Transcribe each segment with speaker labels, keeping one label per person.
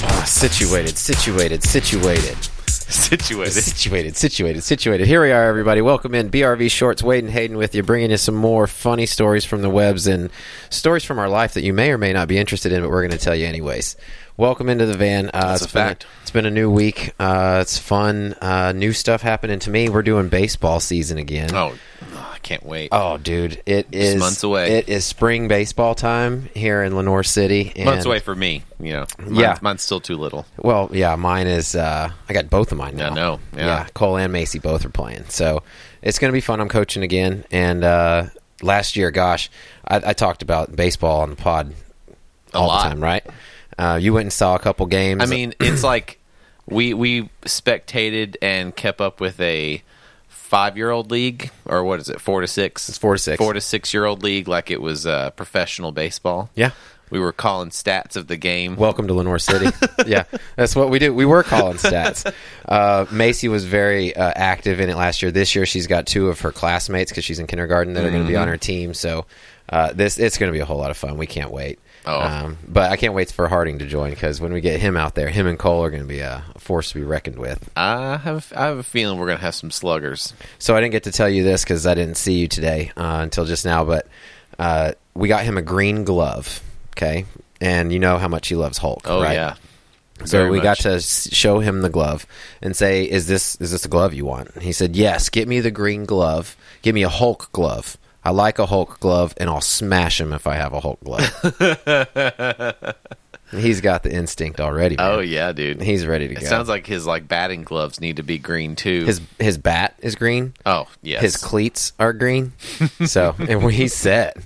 Speaker 1: Ah, Situated, situated, situated.
Speaker 2: Situated.
Speaker 1: Situated, situated, situated. Here we are, everybody. Welcome in. BRV Shorts, Wade and Hayden with you, bringing you some more funny stories from the webs and stories from our life that you may or may not be interested in, but we're going to tell you anyways. Welcome into the van. Uh,
Speaker 2: That's
Speaker 1: it's
Speaker 2: a
Speaker 1: been
Speaker 2: fact.
Speaker 1: it's been a new week. Uh, it's fun. Uh, new stuff happening to me. We're doing baseball season again.
Speaker 2: Oh, oh, I can't wait.
Speaker 1: Oh, dude, it is
Speaker 2: months away.
Speaker 1: It is spring baseball time here in Lenore City. And
Speaker 2: months away for me. You know, Mine-
Speaker 1: Yeah.
Speaker 2: mine's still too little.
Speaker 1: Well, yeah, mine is. Uh, I got both of mine now.
Speaker 2: I know, yeah.
Speaker 1: Cole and Macy both are playing, so it's going to be fun. I'm coaching again, and uh, last year, gosh, I, I talked about baseball on the pod
Speaker 2: A
Speaker 1: all
Speaker 2: lot.
Speaker 1: the time, right? Uh, you went and saw a couple games.
Speaker 2: I mean, it's like we we spectated and kept up with a five year old league or what is it? Four to six.
Speaker 1: It's four to six.
Speaker 2: Four to six year old league, like it was uh, professional baseball.
Speaker 1: Yeah.
Speaker 2: We were calling stats of the game.
Speaker 1: Welcome to Lenore City. yeah, that's what we do. We were calling stats. Uh, Macy was very uh, active in it last year. This year, she's got two of her classmates because she's in kindergarten that are going to be
Speaker 2: Mm-hmm.
Speaker 1: on her team. So uh, this it's going to be a whole lot of fun. We can't wait.
Speaker 2: Oh.
Speaker 1: Um, but I can't wait for Harding to join because when we get him out there, him and Cole are going to be a force to be reckoned with.
Speaker 2: I have I have a feeling we're gonna have some sluggers.
Speaker 1: So I didn't get to tell you this because I didn't see you today uh, until just now. But uh, we got him a green glove. Okay, and you know how much he loves Hulk.
Speaker 2: Oh
Speaker 1: right?
Speaker 2: yeah.
Speaker 1: So
Speaker 2: Very
Speaker 1: we
Speaker 2: much.
Speaker 1: got to s- show him the glove and say, "Is this is this a glove you want?" And he said, "Yes. Get me the green glove. Give me a Hulk glove. I like a Hulk glove, and I'll smash him if I have a Hulk glove." He's got the instinct already. Man.
Speaker 2: Oh yeah, dude.
Speaker 1: he's ready to
Speaker 2: it
Speaker 1: go.
Speaker 2: sounds like his like batting gloves need to be green too.
Speaker 1: his his bat is green.
Speaker 2: oh yes.
Speaker 1: His cleats are green. So and he's set.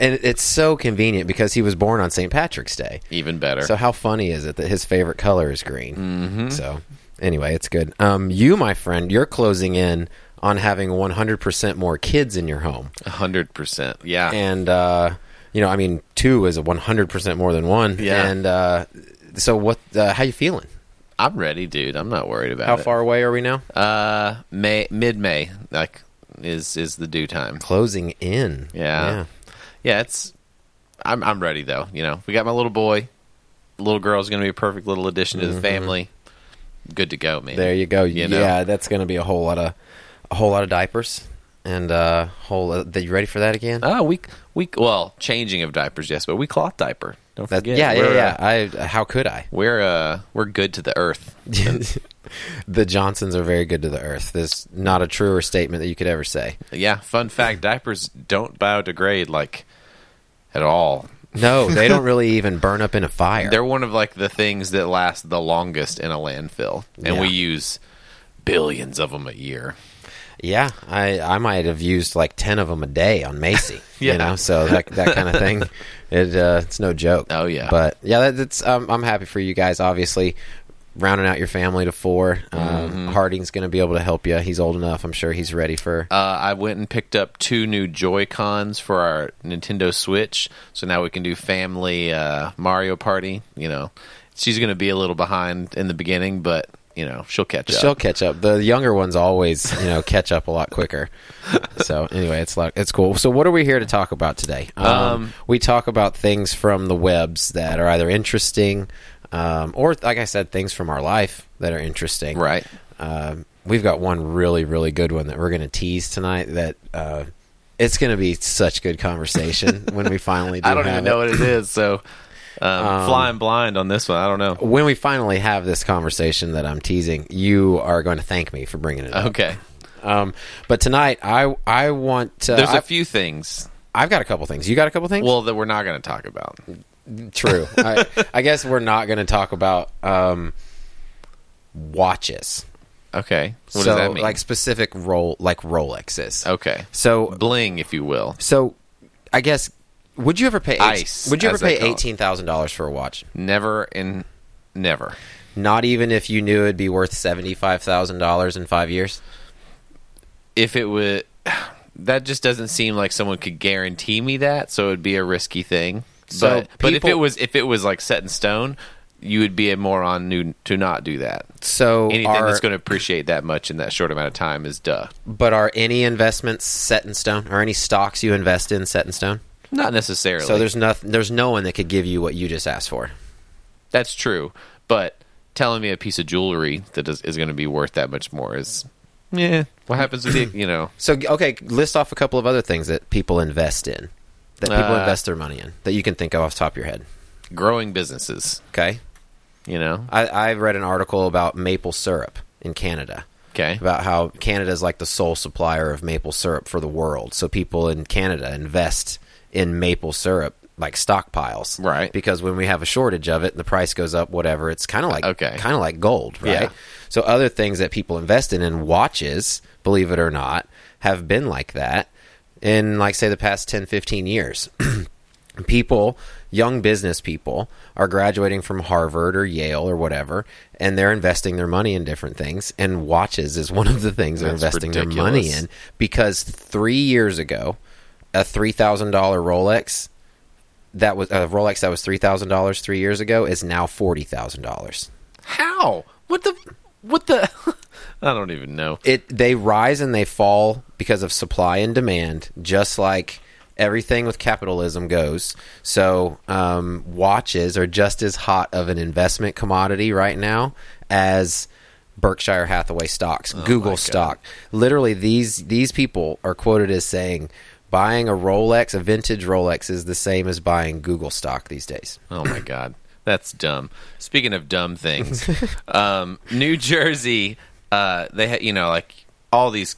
Speaker 1: And it's so convenient because he was born on St. Patrick's Day.
Speaker 2: even better.
Speaker 1: So how funny is it that his favorite color is green? So anyway, it's good. Um, you, my friend, you're closing in on having 100% more kids in your home,
Speaker 2: hundred percent. Yeah.
Speaker 1: and uh, you know, I mean, two is a 100% more than one.
Speaker 2: Yeah.
Speaker 1: And uh, so, what? Uh, how you feeling?
Speaker 2: I'm ready, dude. I'm not worried about
Speaker 1: How
Speaker 2: it.
Speaker 1: far away are we now?
Speaker 2: Uh, May, mid May, like is is the due time.
Speaker 1: Closing in.
Speaker 2: Yeah. yeah, It's I'm I'm ready though. You know, we got my little boy. Little girl's gonna be a perfect little addition to the family. Good to go, man.
Speaker 1: Mm-hmm. There you go.
Speaker 2: You know?
Speaker 1: Yeah, that's going to be a whole lot of a whole lot of diapers and uh, whole. Uh, you ready for that again?
Speaker 2: Oh, we we well changing of diapers, yes, but we cloth diaper. Don't
Speaker 1: That-
Speaker 2: forget.
Speaker 1: yeah, yeah,
Speaker 2: We're,
Speaker 1: yeah.
Speaker 2: uh,
Speaker 1: I how could I?
Speaker 2: we're uh we're good to the earth.
Speaker 1: the Johnsons are very good to the earth. There's not a truer statement that you could ever say.
Speaker 2: Yeah. Fun fact: diapers don't biodegrade like at all.
Speaker 1: No, they don't really even burn up in a fire.
Speaker 2: They're one of like the things that last the longest in a landfill, and
Speaker 1: Yeah.
Speaker 2: we use billions of them a year.
Speaker 1: yeah, I, I might have used like ten of them a day on Macy.
Speaker 2: Yeah.
Speaker 1: You know, so that that kind of thing, it uh, it's no joke.
Speaker 2: Oh, yeah.
Speaker 1: But yeah, that, that's um, I'm happy for you guys. Obviously, rounding out your family to four. Um,
Speaker 2: Mm-hmm.
Speaker 1: Harding's going to be able to help you. He's old enough. I'm sure he's ready for.
Speaker 2: Uh, I went and picked up two new Joy Cons for our Nintendo Switch, so now we can do family uh, Mario Party. You know, she's going to be a little behind in the beginning, but you know she'll catch
Speaker 1: She'll
Speaker 2: up.
Speaker 1: catch up. The younger ones always, you know, catch up a lot quicker. So anyway, it's like it's cool. So what are we here to talk about today? Um, we talk about things from the webs that are either interesting, um, or like I said, things from our life that are interesting.
Speaker 2: Right.
Speaker 1: Um, we've got one really, really good one that we're going to tease tonight. That uh, it's going to be such good conversation when we finally. Do
Speaker 2: I don't
Speaker 1: have
Speaker 2: even
Speaker 1: it.
Speaker 2: know what it is, so um, flying blind on this one. I don't know.
Speaker 1: When we finally have this conversation that I'm teasing, you are going to thank me for bringing it up.
Speaker 2: Okay,
Speaker 1: Um, but tonight, I Uh, I want to.
Speaker 2: there's a
Speaker 1: I've,
Speaker 2: few things.
Speaker 1: I've got a couple things. You got a couple things?
Speaker 2: Well, that we're not going to talk about.
Speaker 1: true. I, I guess we're not going to talk about um, watches.
Speaker 2: Okay, what
Speaker 1: so,
Speaker 2: does that mean?
Speaker 1: like specific role, like Rolexes.
Speaker 2: okay,
Speaker 1: So,
Speaker 2: bling, if you will.
Speaker 1: so I guess would you ever pay? eight-
Speaker 2: Ice,
Speaker 1: would you ever
Speaker 2: as they
Speaker 1: pay
Speaker 2: call it.
Speaker 1: eighteen thousand dollars for a watch?
Speaker 2: Never in never.
Speaker 1: Not even if you knew it'd be worth seventy five thousand dollars in five years.
Speaker 2: if it would that just doesn't seem like someone could guarantee me that so it would be a risky thing
Speaker 1: So
Speaker 2: but, but if
Speaker 1: people-
Speaker 2: it was if it was like set in stone you would be a moron new, to not do that
Speaker 1: So
Speaker 2: anything
Speaker 1: are,
Speaker 2: that's going to appreciate that much in that short amount of time is duh
Speaker 1: but are any investments set in stone? Are any stocks you invest in set in stone?
Speaker 2: not necessarily
Speaker 1: So there's nothing. There's no one that could give you what you just asked for.
Speaker 2: that's true But telling me a piece of jewelry that is, is going to be worth that much more is, yeah. What happens with the, you know?
Speaker 1: So okay, list off a couple of other things that people invest in, that people
Speaker 2: Uh,
Speaker 1: invest their money in, that you can think of off the top of your head.
Speaker 2: growing businesses.
Speaker 1: Okay,
Speaker 2: You know,
Speaker 1: I, I read an article about maple syrup in Canada.
Speaker 2: okay,
Speaker 1: about how Canada is like the sole supplier of maple syrup for the world. So people in Canada invest in maple syrup like stockpiles,
Speaker 2: Right.
Speaker 1: Because when we have a shortage of it, and the price goes up, whatever. It's kind of like
Speaker 2: Okay.
Speaker 1: kind of like gold, right?
Speaker 2: Yeah.
Speaker 1: So other things that people invest in, and watches, believe it or not, have been like that in like say the past 10, 15 years. people young business people are graduating from harvard or yale or whatever and they're investing their money in different things and watches is one of the things they're
Speaker 2: That's
Speaker 1: investing their
Speaker 2: ridiculous.
Speaker 1: money in because three years ago a $3000 rolex that was a rolex that was $3000 three years ago is now $40000
Speaker 2: how? What the? What the? I don't even know.
Speaker 1: it they rise and they fall because of supply and demand, just like everything with capitalism goes. So um, watches are just as hot of an investment commodity right now as Berkshire Hathaway stocks,
Speaker 2: Oh
Speaker 1: Google stock. Literally, these these people are quoted as saying. Buying a Rolex, a vintage Rolex, is the same as buying Google stock these days.
Speaker 2: Oh my god, that's dumb. Speaking of dumb things, um, New Jersey, uh, they ha- you know like all these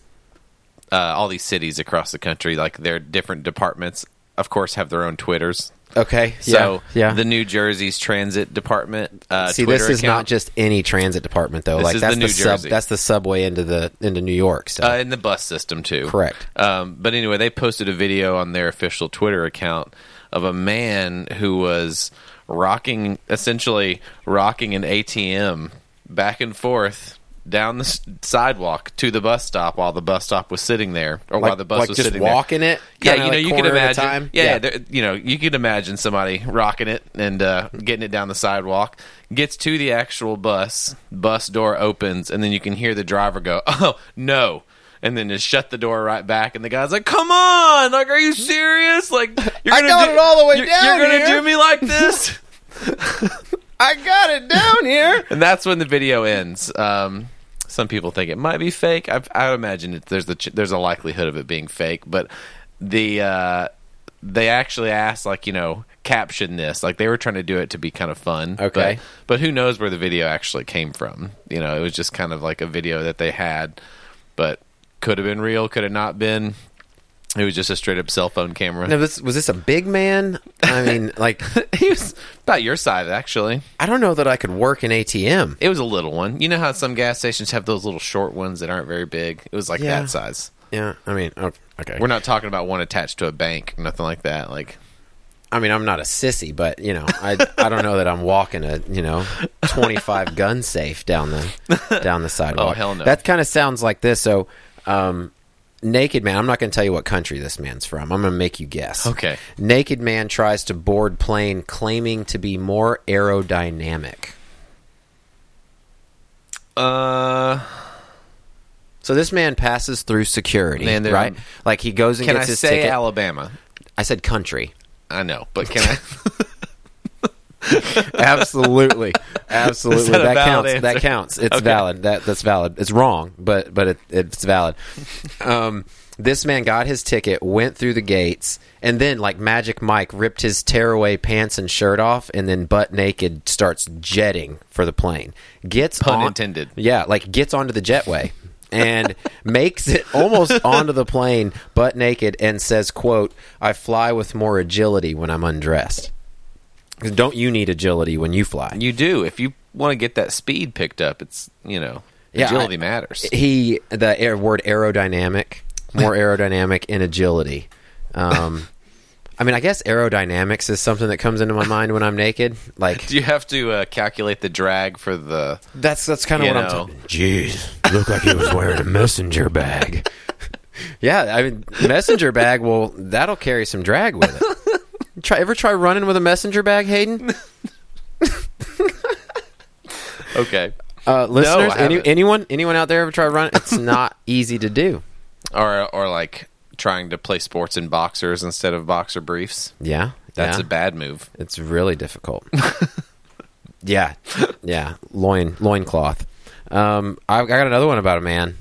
Speaker 2: uh, all these cities across the country, like their different departments, of course, have their own Twitters.
Speaker 1: Okay,
Speaker 2: So
Speaker 1: yeah, yeah.
Speaker 2: the New Jersey's transit department. Uh,
Speaker 1: See,
Speaker 2: Twitter
Speaker 1: this is
Speaker 2: account,
Speaker 1: not just any transit department though.
Speaker 2: This
Speaker 1: like
Speaker 2: is
Speaker 1: that's
Speaker 2: the
Speaker 1: the,
Speaker 2: New
Speaker 1: sub,
Speaker 2: Jersey.
Speaker 1: that's the subway into the into New York. So
Speaker 2: uh, in the bus system too.
Speaker 1: Correct.
Speaker 2: Um, but anyway, they posted a video on their official Twitter account of a man who was rocking, essentially rocking an ATM back and forth down the s- sidewalk to the bus stop while the bus stop was sitting there, or while
Speaker 1: Like-
Speaker 2: the bus
Speaker 1: like
Speaker 2: was
Speaker 1: just
Speaker 2: sitting
Speaker 1: walking
Speaker 2: there.
Speaker 1: it? Kinda
Speaker 2: yeah, you know,
Speaker 1: like
Speaker 2: you can
Speaker 1: corner at a
Speaker 2: imagine.
Speaker 1: time?
Speaker 2: Yeah,
Speaker 1: Yeah.
Speaker 2: there- you know, you can imagine somebody rocking it and uh, getting it down the sidewalk. Gets to the actual bus, bus door opens, and then you can hear the driver go, "Oh no." And then just shut the door right back, and the guy's like, "Come on! Like, are you serious? Like, you're
Speaker 1: I
Speaker 2: gonna
Speaker 1: got
Speaker 2: do,
Speaker 1: it all the way
Speaker 2: you're,
Speaker 1: down
Speaker 2: You're gonna
Speaker 1: here."
Speaker 2: do me like this?"
Speaker 1: I got it down here.
Speaker 2: and that's when the video ends. Um, some people think it might be fake. I, I imagine it, there's the ch- there's a likelihood of it being fake, but the uh, they actually asked like you know caption this like they were trying to do it to be kind of fun.
Speaker 1: Okay.
Speaker 2: but, but who knows where the video actually came from? You know, it was just kind of like a video that they had, but could have been real, could have not been. It was just a straight up cell phone camera.
Speaker 1: Now, this, was this a big man? I mean, like,
Speaker 2: he was about your size actually.
Speaker 1: I don't know that I could work an ATM.
Speaker 2: It was a little one. You know how some gas stations have those little short ones that aren't very big? It was like
Speaker 1: Yeah.
Speaker 2: that size.
Speaker 1: Yeah, I mean, o- okay.
Speaker 2: We're not talking about one attached to a bank, nothing like that. Like
Speaker 1: I mean, I'm not a sissy, but you know, I I don't know that I'm walking a you know 25 gun safe down the down the sidewalk.
Speaker 2: Oh, hell no.
Speaker 1: That kind of sounds like this. So, um, naked man. I'm not going to tell you what country this man's from. I'm going to make you guess.
Speaker 2: Okay.
Speaker 1: Naked man tries to board plane claiming to be more aerodynamic.
Speaker 2: uh
Speaker 1: So this man passes through security,
Speaker 2: Man, there-
Speaker 1: right? Like he goes and
Speaker 2: can I
Speaker 1: gets his
Speaker 2: say
Speaker 1: ticket.
Speaker 2: Alabama?
Speaker 1: I said country.
Speaker 2: I know, but can I
Speaker 1: Absolutely, absolutely.
Speaker 2: Is that a
Speaker 1: That,
Speaker 2: valid
Speaker 1: counts. That
Speaker 2: answer?
Speaker 1: counts. It's valid. That that's valid. It's wrong, but but it, it's valid. Um, this man got his ticket, went through the gates, and then like Magic Mike ripped his tearaway pants and shirt off, and then butt naked starts jetting for the plane. Gets
Speaker 2: Pun
Speaker 1: on-
Speaker 2: intended.
Speaker 1: Yeah, like gets onto the jetway. And makes it almost onto the plane, butt naked, and says, "quote I fly with more agility when I'm undressed." 'Cause Don't you need agility when you fly?
Speaker 2: you do. If you want to get that speed picked up, it's you know
Speaker 1: Yeah,
Speaker 2: agility
Speaker 1: I-
Speaker 2: matters.
Speaker 1: He the air, word aerodynamic, more aerodynamic and agility. Um, I mean, I guess aerodynamics is something that comes into my mind when I'm naked. Like
Speaker 2: do you have to uh, calculate the drag for the
Speaker 1: that's that's kind of
Speaker 2: You
Speaker 1: what I'm
Speaker 2: know.
Speaker 1: talking. Jeez, looked like he was wearing a messenger bag. yeah, I mean, messenger bag. Well, that'll carry some drag with it. Try ever try running with a messenger bag, Hayden?
Speaker 2: Okay.
Speaker 1: Uh, listeners, any,
Speaker 2: haven't.
Speaker 1: anyone, anyone out there ever try running? It's not easy to do.
Speaker 2: Or or like trying to play sports in boxers instead of boxer briefs.
Speaker 1: Yeah,
Speaker 2: That's
Speaker 1: yeah.
Speaker 2: a bad move.
Speaker 1: It's really difficult. Yeah, yeah, loin loincloth. Um, I, I got another one about a man,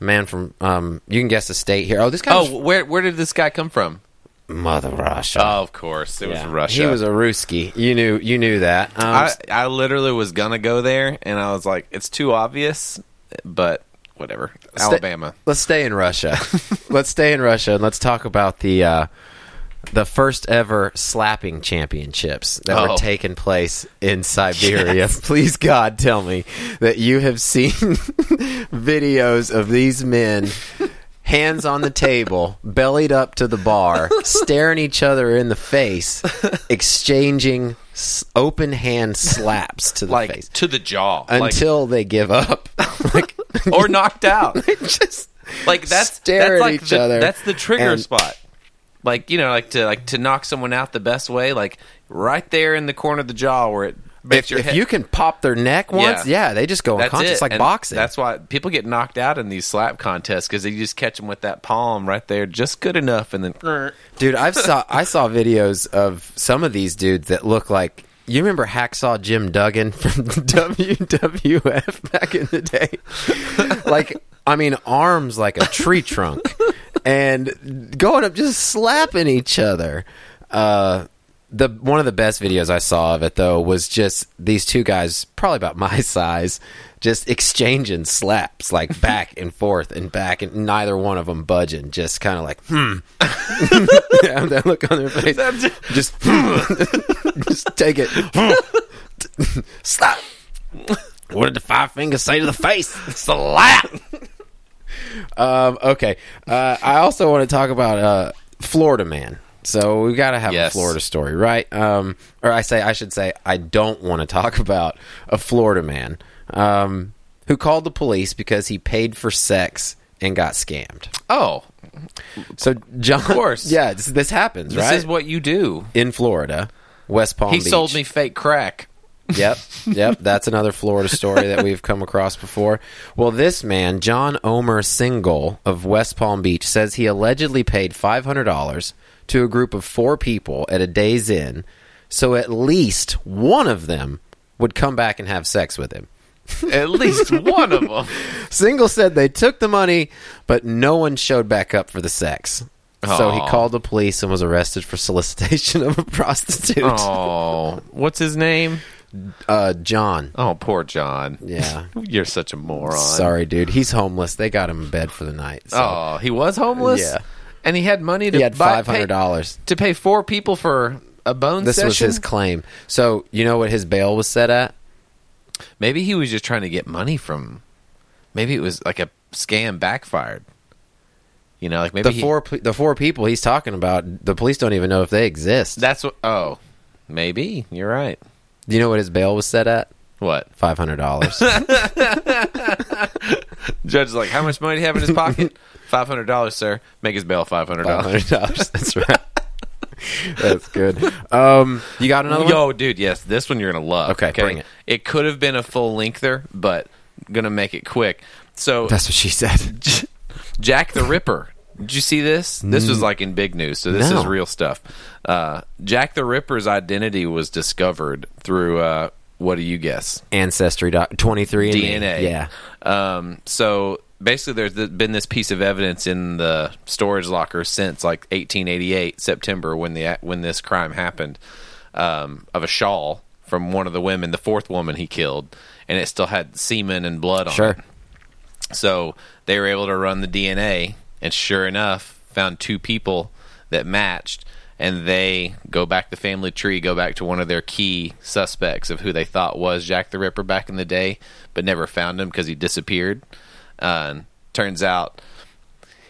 Speaker 1: a man from um, you can guess the state here. Oh, this guy,
Speaker 2: Oh, where where did this guy come from?
Speaker 1: was Mother Russia.
Speaker 2: Oh, of course, it
Speaker 1: Yeah.
Speaker 2: was Russia.
Speaker 1: He was a Ruski. You knew, you knew that. Um,
Speaker 2: I, I literally was gonna go there, and I was like, it's too obvious, but whatever.
Speaker 1: Sta-
Speaker 2: Alabama.
Speaker 1: Let's stay in Russia. let's stay in Russia and let's talk about the uh, the first ever slapping championships that were
Speaker 2: Oh.
Speaker 1: taking place in Siberia. Please God, tell me that you have seen videos of these men. Hands on the table, bellied up to the bar, staring each other in the face, exchanging s- open hand slaps to the
Speaker 2: like
Speaker 1: face
Speaker 2: to the jaw, like-
Speaker 1: until they give up. like,
Speaker 2: or knocked out.
Speaker 1: just
Speaker 2: like that's
Speaker 1: stare at
Speaker 2: that's like
Speaker 1: each
Speaker 2: the,
Speaker 1: other
Speaker 2: That's the trigger
Speaker 1: and-
Speaker 2: spot. Like you know, like to like to knock someone out the best way, like right there in the corner of the jaw where it makes
Speaker 1: if,
Speaker 2: your
Speaker 1: if
Speaker 2: head.
Speaker 1: you can pop their neck once, yeah,
Speaker 2: Yeah.
Speaker 1: they just go
Speaker 2: that's
Speaker 1: unconscious
Speaker 2: it.
Speaker 1: like
Speaker 2: And
Speaker 1: boxing.
Speaker 2: That's why people get knocked out in these slap contests because they just catch them with that palm right there, just good enough, and then
Speaker 1: Dude, I've saw I saw videos of some of these dudes that look like you remember Hacksaw Jim Duggan from WWF back in the day? like I mean arms like a tree trunk and going up just slapping each other. Uh the one of the best videos I saw of it though was just these two guys, probably about my size, just exchanging slaps like back and forth and back, and neither one of them budging, just kind of like hmm. yeah, that look on their face, just hmm. just take it, stop. What did the five fingers say to the face? Slap. um, okay, uh, I also want to talk about uh, Florida man. So we've got to have
Speaker 2: Yes.
Speaker 1: a Florida story, right? Um, or I say, I should say, I don't want to talk about a Florida man um, who called the police because he paid for sex and got scammed.
Speaker 2: oh,
Speaker 1: So John, of
Speaker 2: course.
Speaker 1: yeah, this, this happens,
Speaker 2: this
Speaker 1: right?
Speaker 2: is what you do.
Speaker 1: in Florida, West Palm
Speaker 2: He
Speaker 1: Beach.
Speaker 2: sold me fake crack.
Speaker 1: Yep, yep. That's another Florida story that we've come across before. Well, this man, John Omer Single of West Palm Beach, says he allegedly paid five hundred dollars to a group of four people at a day's inn, so at least one of them would come back and have sex with him.
Speaker 2: At least one of them.
Speaker 1: Single said they took the money, but no one showed back up for the sex. So he
Speaker 2: Aw.
Speaker 1: called the police and was arrested for solicitation of a prostitute.
Speaker 2: Oh, what's his name?
Speaker 1: Uh, John.
Speaker 2: Oh, poor John.
Speaker 1: Yeah.
Speaker 2: You're such a moron.
Speaker 1: Sorry, dude. He's homeless. They got him in bed for the night. So
Speaker 2: Oh, he was homeless.
Speaker 1: Yeah.
Speaker 2: and he had money to
Speaker 1: he had
Speaker 2: buy-
Speaker 1: five hundred dollars.
Speaker 2: pay- to pay four people for a bone
Speaker 1: This was
Speaker 2: session.
Speaker 1: his claim. So you know what his bail was set at?
Speaker 2: Maybe he was just trying to get money from. Maybe it was like a scam backfired. You know, like maybe
Speaker 1: The
Speaker 2: he-
Speaker 1: four pe- the four people he's talking about. The police don't even know if they exist.
Speaker 2: That's what. Oh, maybe you're right.
Speaker 1: Do you know what his bail was set at?
Speaker 2: What
Speaker 1: Five hundred dollars.
Speaker 2: judge is like? How much money do you have in his pocket? Five hundred dollars, sir. Make his bail five hundred
Speaker 1: Five
Speaker 2: dollars.
Speaker 1: hundred dollars. That's right. That's good. Um, you got another one?
Speaker 2: Yo, dude, yes, this one you're gonna love.
Speaker 1: Okay, bring it.
Speaker 2: could have been a full lengther, but gonna make it quick. So
Speaker 1: That's what she said.
Speaker 2: Jack the Ripper. Did you see this? This was like in big news, so this
Speaker 1: No.
Speaker 2: is real stuff. Uh, Jack the Ripper's identity was discovered through uh, what do you guess?
Speaker 1: Ancestry. Twenty three
Speaker 2: DNA.
Speaker 1: Yeah.
Speaker 2: Um, so basically, there's th- been this piece of evidence in the storage locker since like 1888 September when the a- when this crime happened um, of a shawl from one of the women, the fourth woman he killed, and it still had semen and blood on
Speaker 1: Sure.
Speaker 2: it. So they were able to run the DNA, and sure enough, found two people that matched. And they go back the family tree, go back to one of their key suspects of who they thought was Jack the Ripper back in the day, but never found him because he disappeared. Uh, and turns out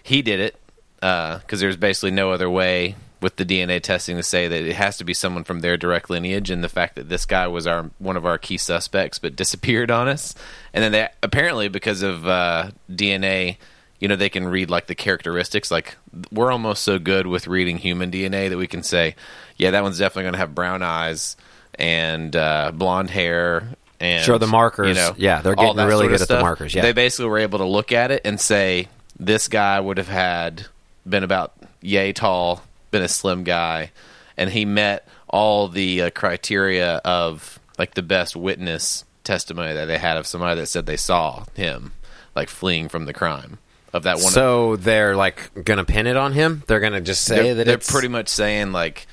Speaker 2: he did it because there's basically no other way with the DNA testing to say that it has to be someone from their direct lineage, and the fact that this guy was our one of our key suspects but disappeared on us, and then they, apparently because of uh, DNA, you know they can read like the characteristics. Like we're almost so good with reading human DNA that we can say, yeah, that one's definitely going to have brown eyes and uh, blonde hair. And,
Speaker 1: Sure, the markers.
Speaker 2: You know,
Speaker 1: Yeah, they're
Speaker 2: all
Speaker 1: getting
Speaker 2: that
Speaker 1: really
Speaker 2: sort of
Speaker 1: good at the
Speaker 2: stuff.
Speaker 1: markers, yeah.
Speaker 2: They basically were able to look at it and say this guy would have had been about yay tall, been a slim guy, and he met all the uh, criteria of like the best witness testimony that they had of somebody that said they saw him like fleeing from the crime of that one
Speaker 1: so they're like gonna pin it on him. They're gonna just say
Speaker 2: they're,
Speaker 1: that
Speaker 2: they're
Speaker 1: it's
Speaker 2: pretty much saying like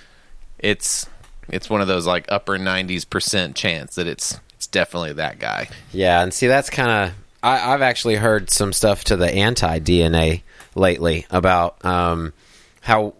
Speaker 2: it's it's one of those like upper 90s percent chance that it's it's definitely that guy
Speaker 1: Yeah, and see, that's kind of I've actually heard some stuff to the anti DNA lately about um, how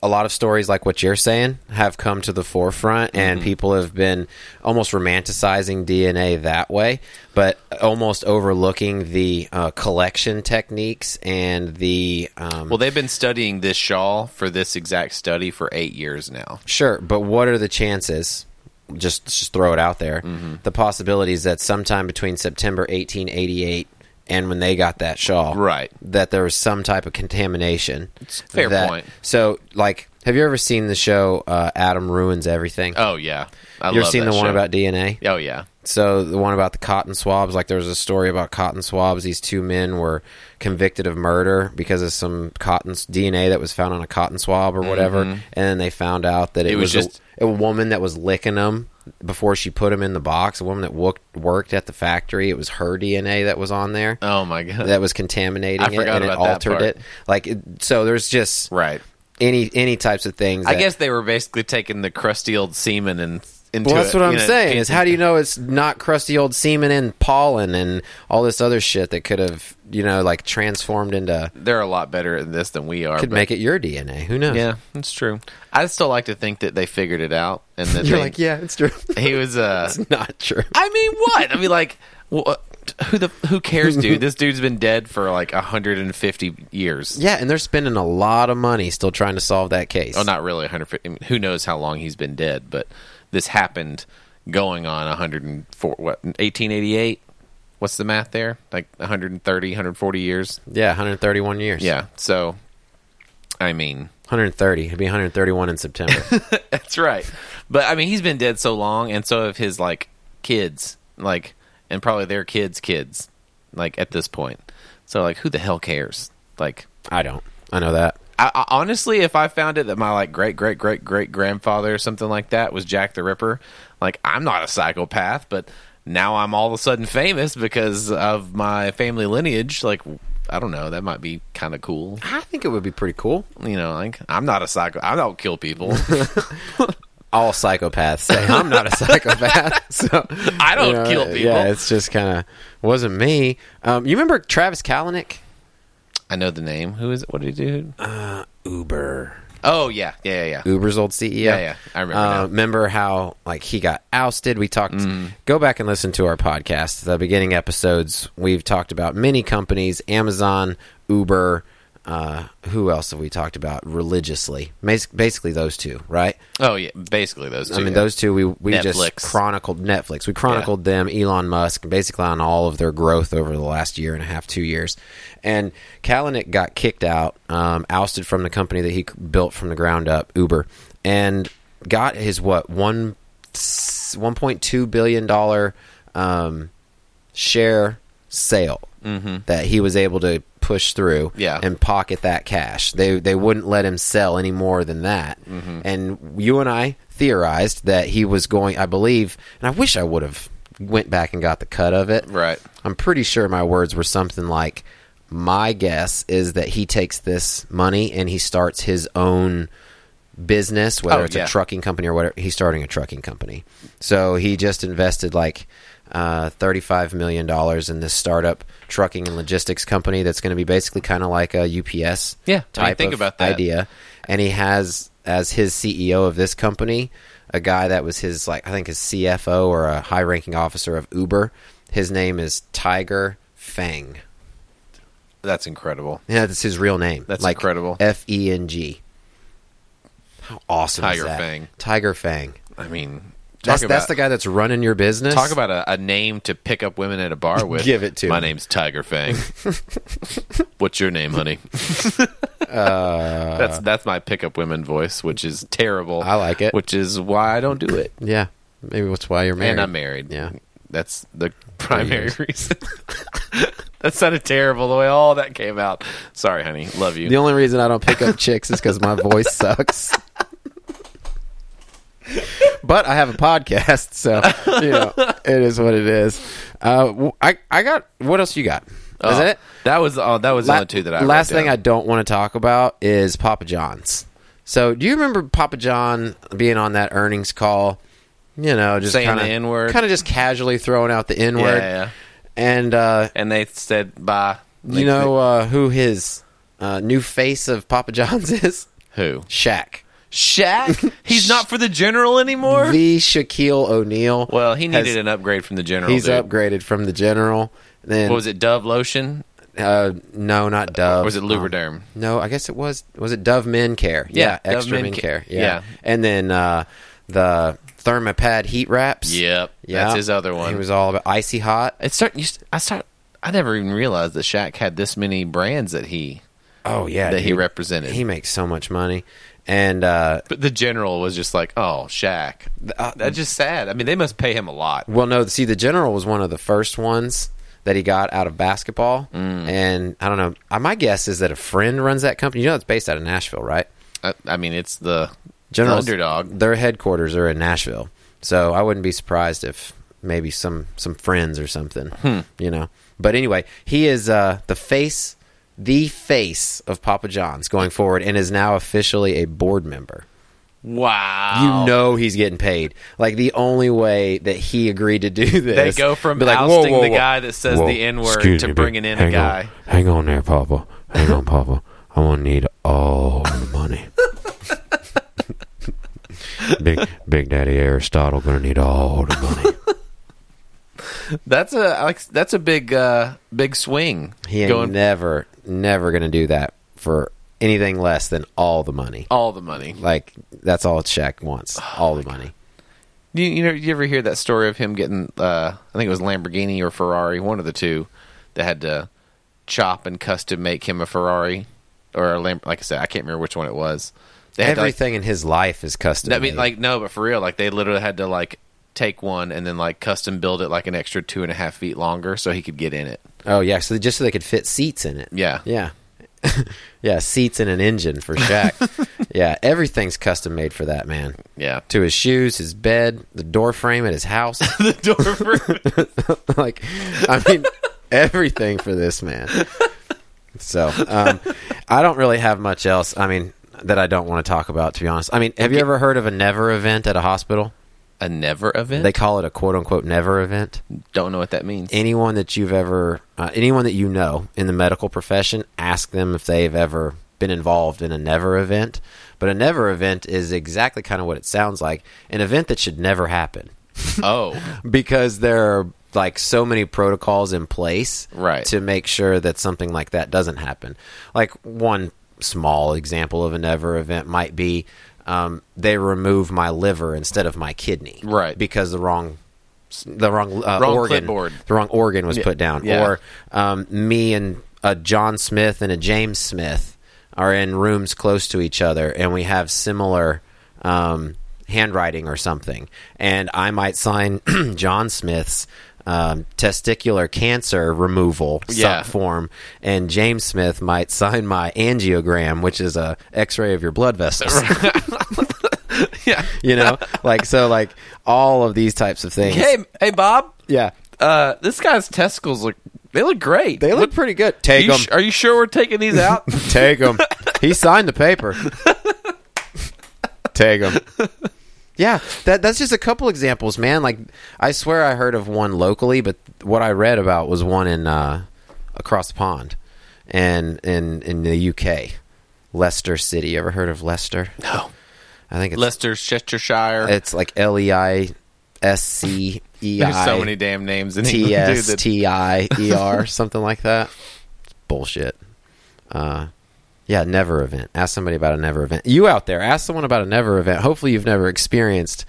Speaker 1: a lot of stories like what you're saying have come to the forefront, and people have been almost romanticizing DNA that way, but almost overlooking the uh, collection techniques and the um,
Speaker 2: well they've been studying this shawl for this exact study for eight years now
Speaker 1: Sure, but what are the chances? Just just throw it out there.
Speaker 2: Mm-hmm.
Speaker 1: The possibilities that sometime between September 1888 and when they got that shawl,
Speaker 2: Right.
Speaker 1: that there was some type of contamination.
Speaker 2: fair
Speaker 1: that-
Speaker 2: point.
Speaker 1: So, like, have you ever seen the show uh, Adam Ruins Everything?
Speaker 2: oh yeah i
Speaker 1: you ever
Speaker 2: love
Speaker 1: seen
Speaker 2: that
Speaker 1: the one
Speaker 2: show.
Speaker 1: about DNA?
Speaker 2: oh yeah
Speaker 1: So the one about the cotton swabs, like there was a story about cotton swabs. These two men were convicted of murder because of some cotton DNA that was found on a cotton swab or whatever, and then they found out that it,
Speaker 2: Mm-hmm. It
Speaker 1: was,
Speaker 2: was
Speaker 1: a-
Speaker 2: just-
Speaker 1: a, woman that was licking them before she put them in the box. A woman that worked worked at the factory. It was her DNA that was on there
Speaker 2: oh my god
Speaker 1: that was contaminating
Speaker 2: I
Speaker 1: it
Speaker 2: forgot
Speaker 1: and it
Speaker 2: about that
Speaker 1: altered
Speaker 2: part.
Speaker 1: it. Like it, so, there's just
Speaker 2: right
Speaker 1: any any types of things.
Speaker 2: i
Speaker 1: that-
Speaker 2: guess they were basically taking the crusty old semen and into
Speaker 1: Well, that's
Speaker 2: it,
Speaker 1: what I'm
Speaker 2: you know,
Speaker 1: saying.
Speaker 2: it-
Speaker 1: Is how do you know it's not crusty old semen and pollen and all this other shit that could have, you know, like transformed into
Speaker 2: they're a lot better at this than we are
Speaker 1: could
Speaker 2: but-
Speaker 1: make it your DNA. Who knows?
Speaker 2: yeah that's true i still like to think that they figured it out and that
Speaker 1: You're
Speaker 2: they-
Speaker 1: like, yeah, it's true.
Speaker 2: he was uh
Speaker 1: it's not true.
Speaker 2: I mean, what? I mean, like, wha- who the who cares, dude? This dude's been dead for like 150 years.
Speaker 1: Yeah, and they're spending a lot of money still trying to solve that case.
Speaker 2: Oh, not really 150. I mean, who knows how long he's been dead? But this happened going on 104. What 1888? What's the math there? Like 130, 140 years.
Speaker 1: Yeah, 131 years.
Speaker 2: Yeah. So, I mean,
Speaker 1: 130. It'd be 131 in September.
Speaker 2: That's right. But I mean, he's been dead so long, and so have his like kids, like, and probably their kids' kids, like at this point. So like, who the hell cares? Like,
Speaker 1: I don't. I know that.
Speaker 2: I, I, honestly, if I found it that my like great great great great grandfather or something like that was Jack the Ripper, like I'm not a psychopath, but now I'm all of a sudden famous because of my family lineage. Like, I don't know, that might be kind of cool.
Speaker 1: I think it would be pretty cool.
Speaker 2: You know, like I'm not a psycho. I don't kill people.
Speaker 1: All psychopaths say I'm not a psychopath, so
Speaker 2: I don't
Speaker 1: you know,
Speaker 2: kill people.
Speaker 1: Yeah, it's just kind of wasn't me. Um, you remember Travis Kalanick?
Speaker 2: I know the name. Who is it? What did he do?
Speaker 1: Uber.
Speaker 2: Oh yeah, yeah, yeah. yeah.
Speaker 1: Uber's old CEO.
Speaker 2: Yeah, yeah. I remember now.
Speaker 1: Uh,
Speaker 2: Mm-hmm.
Speaker 1: remember how like he got ousted? We talked. Go back and listen to our podcast. The beginning episodes. We've talked about many companies: Amazon, Uber. Uh, who else have we talked about religiously? Bas- Basically, those two, right?
Speaker 2: Oh yeah, basically those two.
Speaker 1: I mean,
Speaker 2: yeah.
Speaker 1: those two we we just
Speaker 2: Netflix.
Speaker 1: chronicled Netflix. We chronicled them, Elon Musk, basically on all of their growth over the last year and a half, two years. And Kalanick got kicked out, um, ousted from the company that he c- built from the ground up, Uber, and got his what one one point two billion dollar um, share sale that he was able to push through
Speaker 2: Mm-hmm. Yeah.
Speaker 1: and pocket that cash. They they wouldn't let him sell any more than that. And you and I theorized that he was going. I believe, and I wish I would have went back and got the cut of it.
Speaker 2: Right.
Speaker 1: I'm pretty sure my words were something like, "My guess is that he takes this money and he starts his own." business whether
Speaker 2: Oh,
Speaker 1: it's
Speaker 2: yeah.
Speaker 1: a trucking company or whatever he's starting a trucking company so he just invested like uh, $35 million in this startup trucking and logistics company that's going to be basically kind of like a ups
Speaker 2: Yeah, I mean,
Speaker 1: type
Speaker 2: think
Speaker 1: of
Speaker 2: about that.
Speaker 1: idea and he has as his ceo of this company a guy that was his like i think his cfo or a high ranking officer of uber his name is tiger fang
Speaker 2: That's incredible.
Speaker 1: yeah, that's his real name.
Speaker 2: That's incredible.
Speaker 1: F E N G. How awesome
Speaker 2: Tiger
Speaker 1: is that?
Speaker 2: Fang.
Speaker 1: Tiger Fang.
Speaker 2: I mean,
Speaker 1: That's,
Speaker 2: talk
Speaker 1: that's
Speaker 2: about-
Speaker 1: the guy that's running your business.
Speaker 2: Talk about a, a name to pick up women at a bar with.
Speaker 1: Give it to
Speaker 2: My
Speaker 1: him.
Speaker 2: name's Tiger Fang. What's your name, honey? that's that's my pickup women voice, which is terrible.
Speaker 1: Uh, I like it.
Speaker 2: Which is why I don't do it.
Speaker 1: Yeah, maybe that's why you're married.
Speaker 2: And I'm married.
Speaker 1: Yeah.
Speaker 2: That's the primary reason. that sounded terrible the way all that came out. Sorry, honey. Love you.
Speaker 1: The only reason I don't pick up chicks is because my voice sucks. but I have a podcast, so you know it is what it is. Uh, w- I I got what else you got? Is
Speaker 2: Oh,
Speaker 1: that it?
Speaker 2: That was oh, that was the only two that I
Speaker 1: last
Speaker 2: wrote
Speaker 1: thing I
Speaker 2: down.
Speaker 1: don't want to talk about is Papa John's. So do you remember Papa John being on that earnings call? You know, just
Speaker 2: Saying the
Speaker 1: kinda,
Speaker 2: N-word.
Speaker 1: kind of just casually throwing out the N
Speaker 2: Yeah,
Speaker 1: word,
Speaker 2: yeah.
Speaker 1: and uh,
Speaker 2: and they said bye.
Speaker 1: you know uh, who his uh, new face of Papa John's is?
Speaker 2: who?
Speaker 1: Shaq.
Speaker 2: Shaq. He's not for the general anymore.
Speaker 1: The Shaquille O'Neal.
Speaker 2: well, he needed
Speaker 1: has-
Speaker 2: an upgrade from the general.
Speaker 1: He's
Speaker 2: dude.
Speaker 1: upgraded from the general. Then
Speaker 2: What was it? Dove lotion
Speaker 1: Uh, no, not Dove. Uh,
Speaker 2: or was it Lubriderm?
Speaker 1: No, I guess it was. Was it Dove Men Care?
Speaker 2: Yeah, Dove
Speaker 1: Extra
Speaker 2: Men
Speaker 1: Men
Speaker 2: Ca-
Speaker 1: Care. Yeah.
Speaker 2: yeah.
Speaker 1: and then uh, the Thermopad heat wraps.
Speaker 2: yep.
Speaker 1: Yeah.
Speaker 2: That's his other
Speaker 1: It
Speaker 2: one.
Speaker 1: was all about icy hot.
Speaker 2: It start. You, st- I start. I never even realized that Shaq had this many brands that he
Speaker 1: Oh yeah,
Speaker 2: that he
Speaker 1: dude.
Speaker 2: represented.
Speaker 1: He makes so much money, and uh,
Speaker 2: but the general was just like, oh, Shaq.
Speaker 1: uh,
Speaker 2: That's just sad. I mean, they must pay him a lot.
Speaker 1: Well, no. See, the general was one of the first ones that he got out of basketball,
Speaker 2: Mm.
Speaker 1: and I don't know. uh, My guess is that a friend runs that company. You know, it's based out of Nashville, right?
Speaker 2: I, I mean, it's the
Speaker 1: General
Speaker 2: underdog.
Speaker 1: Their headquarters are in Nashville, so I wouldn't be surprised if maybe some some friends or something.
Speaker 2: Hmm.
Speaker 1: You know. But anyway, he is uh, the face, the face of Papa John's going forward, and is now officially a board member. You
Speaker 2: Wow.
Speaker 1: know he's getting paid. Like the only way that he agreed to do
Speaker 2: They
Speaker 1: this,
Speaker 2: go from
Speaker 1: be like, "Whoa,
Speaker 2: ousting
Speaker 1: whoa,
Speaker 2: the
Speaker 1: whoa."
Speaker 2: guy that says
Speaker 3: Whoa,
Speaker 2: the N word
Speaker 3: excuse
Speaker 2: to
Speaker 3: me,
Speaker 2: bringing
Speaker 3: but
Speaker 2: in a
Speaker 3: hang
Speaker 2: guy.
Speaker 3: On, hang on there, Papa. Hang on, Papa. I'm gonna need all the money. Big Big Daddy Aristotle gonna need all the money.
Speaker 2: That's a like, that's a big uh, big swing.
Speaker 1: He ain't
Speaker 2: going
Speaker 1: never, never gonna do that for anything less than all the money.
Speaker 2: all the money.
Speaker 1: Like that's all Shaq wants,
Speaker 2: Oh
Speaker 1: all the money.
Speaker 2: You, you know, you ever hear that story of him getting? Uh, I think it was Lamborghini or Ferrari, one of the two, that had to chop and custom make him a Ferrari or a Lam- like I said, I can't remember which one it was. They had to, like-
Speaker 1: Everything in his life is custom.
Speaker 2: I mean, like no, but for real, like they literally had to like take one and then like custom build it like an extra two and a half feet longer so he could get in it.
Speaker 1: oh yeah, so just so they could fit seats in it.
Speaker 2: Yeah.
Speaker 1: yeah, yeah. Seats and an engine for Shaq. yeah, everything's custom made for that man.
Speaker 2: Yeah,
Speaker 1: To his shoes, his bed, the door frame at his house.
Speaker 2: the door. For-
Speaker 1: like i mean everything for this man so um, i don't really have much else i mean that i don't want to talk about to be honest i mean have you ever heard of a never event at a hospital
Speaker 2: a never event.
Speaker 1: they call it a quote unquote never event
Speaker 2: don't know what that means.
Speaker 1: anyone that you've ever uh, anyone that you know in the medical profession ask them if they've ever been involved in a never event but a never event is exactly kind of what it sounds like an event that should never happen
Speaker 2: oh,
Speaker 1: because there are like so many protocols in place
Speaker 2: Right.
Speaker 1: to make sure that something like that doesn't happen like one small example of an ever event might be um, they remove my liver instead of my kidney
Speaker 2: Right.
Speaker 1: because the wrong the wrong, uh,
Speaker 2: Wrong
Speaker 1: organ
Speaker 2: clipboard.
Speaker 1: the wrong organ was put down
Speaker 2: yeah.
Speaker 1: or um, me and a john smith and a james smith are in rooms close to each other and we have similar um, handwriting or something and i might sign john smith's um, testicular cancer removal
Speaker 2: Yeah.
Speaker 1: yeah. form and james smith might sign my angiogram which is a x-ray of your blood vessels
Speaker 2: yeah.
Speaker 1: you know like so like all of these types of things
Speaker 2: Hey, hey, Bob.
Speaker 1: yeah
Speaker 2: Uh, this guy's testicles look. They look great.
Speaker 1: they look pretty good take
Speaker 2: You
Speaker 1: them
Speaker 2: sh- are you sure we're taking these out?
Speaker 1: Take him. he signed the paper. Take him. Yeah, that that's just a couple examples, man. Like I swear I heard of one locally, but what I read about was one in uh, across the pond, and in in the UK, Leicester City. You ever heard of Leicester?
Speaker 2: no.
Speaker 1: I think it's
Speaker 2: Leicester, Cheshire.
Speaker 1: it's like L E I S C E
Speaker 2: There's
Speaker 1: I
Speaker 2: so many damn names in
Speaker 1: T
Speaker 2: England,
Speaker 1: S
Speaker 2: dude, that-
Speaker 1: T I E R, something like that. It's bullshit. Uh, yeah, never event. Ask somebody about a never event. You out there, ask someone about a never event. Hopefully, you've never experienced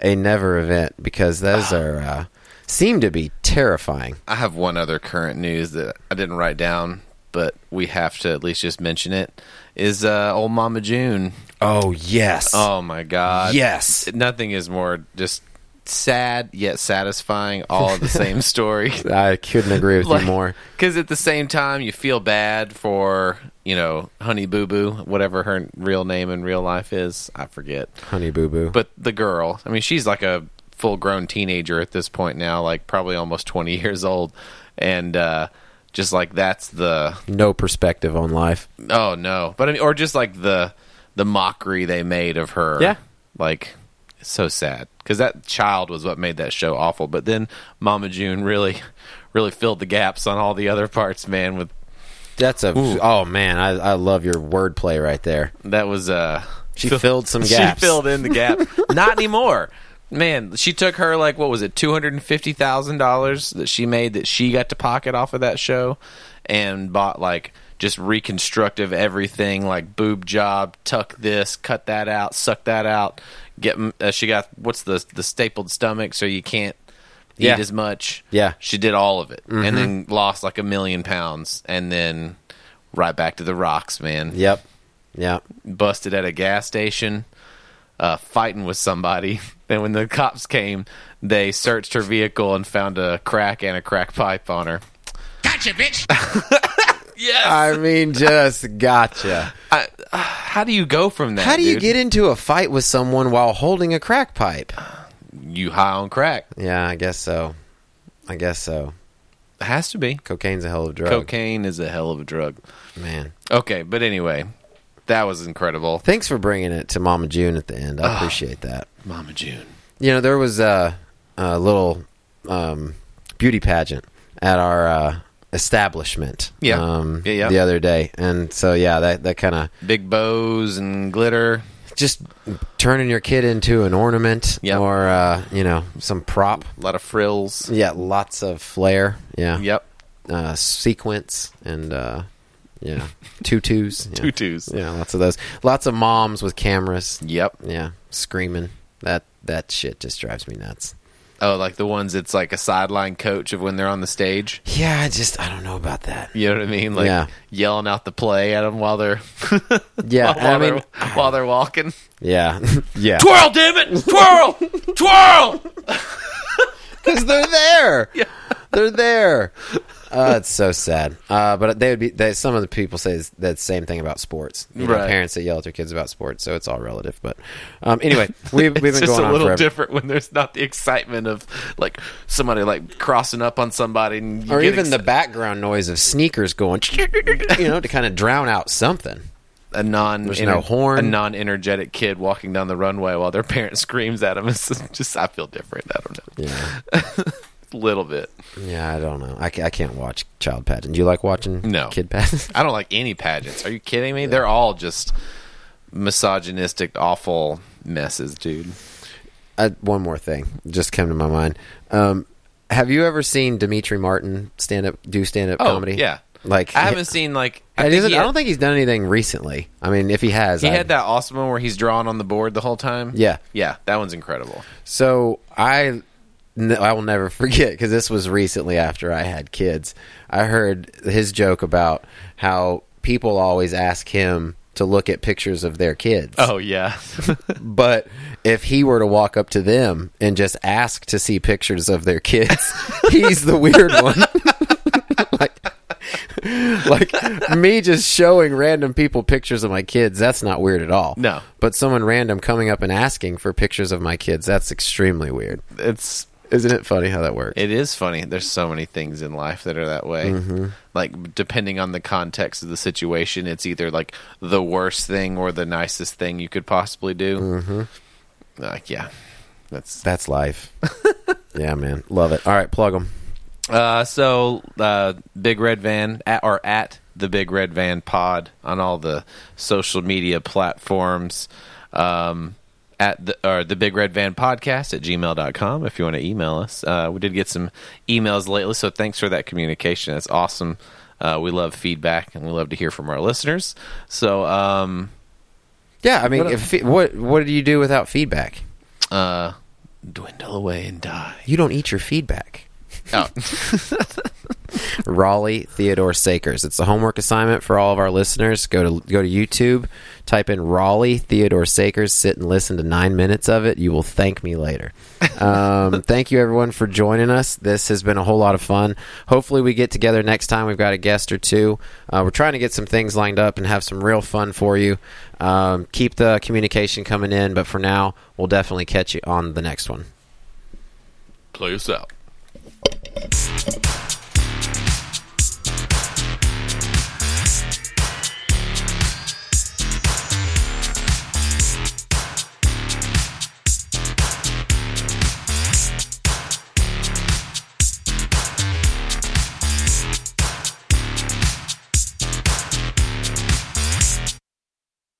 Speaker 1: a never event because those are uh, seem to be terrifying.
Speaker 2: I have one other current news that I didn't write down, but we have to at least just mention it. Is uh, old Mama June?
Speaker 1: Oh yes,
Speaker 2: Oh my God!
Speaker 1: yes.
Speaker 2: nothing is more just sad yet satisfying all of the same story.
Speaker 1: I couldn't agree with you more.
Speaker 2: Because at the same time, you feel bad for, you know, Honey Boo Boo, whatever her real name in real life is. I forget.
Speaker 1: Honey Boo Boo.
Speaker 2: But the girl, I mean, she's like a full grown teenager at this point now, like probably almost 20 years old. And, uh, just like that's the
Speaker 1: no perspective on life.
Speaker 2: oh no but i mean or just like the the mockery they made of her
Speaker 1: Yeah.
Speaker 2: like it's so sad because that child was what made that show awful but then mama june really really filled the gaps on all the other parts man with
Speaker 1: That's a oh man, I, I love your wordplay right there.
Speaker 2: that was uh
Speaker 1: She filled some gaps.
Speaker 2: she filled in the gap not anymore man she took her like what was it $250000 that she made that she got to pocket off of that show and bought like just reconstructive everything like boob job tuck this cut that out suck that out get uh, she got what's the the stapled stomach so you can't eat
Speaker 1: Yeah.
Speaker 2: as much
Speaker 1: Yeah. Mm-hmm.
Speaker 2: she did all of it and then lost like a million pounds and then right back to the rocks man
Speaker 1: Yep. Yep.
Speaker 2: busted at a gas station uh, fighting with somebody. And when the cops came, they searched her vehicle and found a crack and a crack pipe on her.
Speaker 4: Gotcha, bitch.
Speaker 1: I mean just gotcha.
Speaker 2: I, uh, how do you go from that?
Speaker 1: How do you
Speaker 2: dude?
Speaker 1: get into a fight with someone while holding a crack pipe?
Speaker 2: you high on crack?
Speaker 1: Yeah, I guess so. I guess so.
Speaker 2: Has to be.
Speaker 1: Cocaine's a hell of a drug.
Speaker 2: Cocaine is a hell of a drug.
Speaker 1: Man.
Speaker 2: Okay, but anyway, that was incredible.
Speaker 1: Thanks for bringing it to Mama June at the end.
Speaker 2: Ah.
Speaker 1: I appreciate that.
Speaker 2: Mama June.
Speaker 1: You know, there was a, a little um, beauty pageant at our uh, establishment.
Speaker 2: Yeah.
Speaker 1: Um,
Speaker 2: Yeah, yeah.
Speaker 1: The other day, and so yeah, that that kind of
Speaker 2: Big bows and glitter.
Speaker 1: just turning your kid into an ornament
Speaker 2: Yep.
Speaker 1: or uh, you know some prop.
Speaker 2: A lot of frills.
Speaker 1: Yeah, lots of flair. Yeah.
Speaker 2: Yep.
Speaker 1: Uh, sequence and uh, yeah, tutus. Yeah.
Speaker 2: Tutus.
Speaker 1: Yeah, lots of those. Lots of moms with cameras.
Speaker 2: Yep.
Speaker 1: Yeah, screaming. That that shit just drives me nuts.
Speaker 2: Oh, like the ones that's like a sideline coach of when they're on the stage.
Speaker 1: Yeah, I just I don't know about that.
Speaker 2: You know what I mean? Like
Speaker 1: Yeah.
Speaker 2: yelling out the play at them while they're
Speaker 1: Yeah,
Speaker 2: while,
Speaker 1: I mean,
Speaker 2: they're while they're walking.
Speaker 1: yeah, yeah,
Speaker 2: Twirl, damn it! Twirl, twirl.
Speaker 1: because they're there. They're there. Uh, it's so sad. Uh, but they would be. They, some of the people say that same thing about sports. You know,
Speaker 2: Right.
Speaker 1: Parents that yell at their kids about sports, so it's all relative. But um, anyway, we've we've
Speaker 2: It's
Speaker 1: been
Speaker 2: just
Speaker 1: going
Speaker 2: a
Speaker 1: on
Speaker 2: little
Speaker 1: forever.
Speaker 2: different when there's not the excitement of like somebody like crossing up on somebody, and you
Speaker 1: or
Speaker 2: get
Speaker 1: even the
Speaker 2: exci-
Speaker 1: background noise of sneakers going, you know, to kind of drown out something.
Speaker 2: a non
Speaker 1: no horn.
Speaker 2: a non energetic kid walking down the runway while their parent screams at them. It's just, just- I feel different. I don't know,
Speaker 1: Yeah,
Speaker 2: a little bit.
Speaker 1: yeah, I don't know. I, ca- I can't watch child pageant. Do you like watching
Speaker 2: No.
Speaker 1: kid pageant?
Speaker 2: I don't like any pageants. Are you kidding me? They're all just misogynistic, awful messes, dude.
Speaker 1: uh, one more thing just came to my mind. Um, have you ever seen Dimitri Martin stand up do stand up
Speaker 2: Oh,
Speaker 1: comedy?
Speaker 2: yeah.
Speaker 1: like
Speaker 2: I haven't seen like
Speaker 1: I,
Speaker 2: think he had-
Speaker 1: don't think he's done anything recently. I mean, if he has,
Speaker 2: He
Speaker 1: I-
Speaker 2: had that awesome one where he's drawing on the board the whole time.
Speaker 1: Yeah.
Speaker 2: yeah, that one's incredible.
Speaker 1: So I, n- I will never forget because this was recently after I had kids. I heard his joke about how people always ask him to look at pictures of their kids.
Speaker 2: Uh-huh. yeah,
Speaker 1: But if he were to walk up to them and just ask to see pictures of their kids, he's the weird one. like, like me just showing random people pictures of my kids, that's not weird at all.
Speaker 2: No.
Speaker 1: But someone random coming up and asking for pictures of my kids, that's extremely weird.
Speaker 2: it's
Speaker 1: Isn't it funny how that works?
Speaker 2: it is funny. There's so many things in life that are that way. Like depending on the context of the situation, it's either like the worst thing or the nicest thing you could possibly do. Mm-hmm. Like yeah, that's
Speaker 1: that's life. yeah, man. Love it. All right, plug them.
Speaker 2: Uh, so uh, Big Red Van at or at the Big Red Van Pod on all the social media platforms. Um, at the or the Big Red Van Podcast at gmail.com if you want to email us. Uh, we did get some emails lately, so thanks for that communication. That's awesome. Uh, we love feedback and we love to hear from our listeners. So um,
Speaker 1: Yeah, I mean, what, if, what what do you do without feedback?
Speaker 2: uh, dwindle away and die.
Speaker 1: You don't eat your feedback.
Speaker 2: Oh.
Speaker 1: Raleigh Theodore Sakers. It's a homework assignment for all of our listeners. Go to go to YouTube, type in Raleigh Theodore Sakers, sit and listen to nine minutes of it. You will thank me later. Um, thank you everyone for joining us. This has been a whole lot of fun. Hopefully we get together next time. We've got a guest or two. Uh, we're trying to get some things lined up and have some real fun for you. Um, keep the communication coming in, but for now, we'll definitely catch you on the next one.
Speaker 2: Play us out.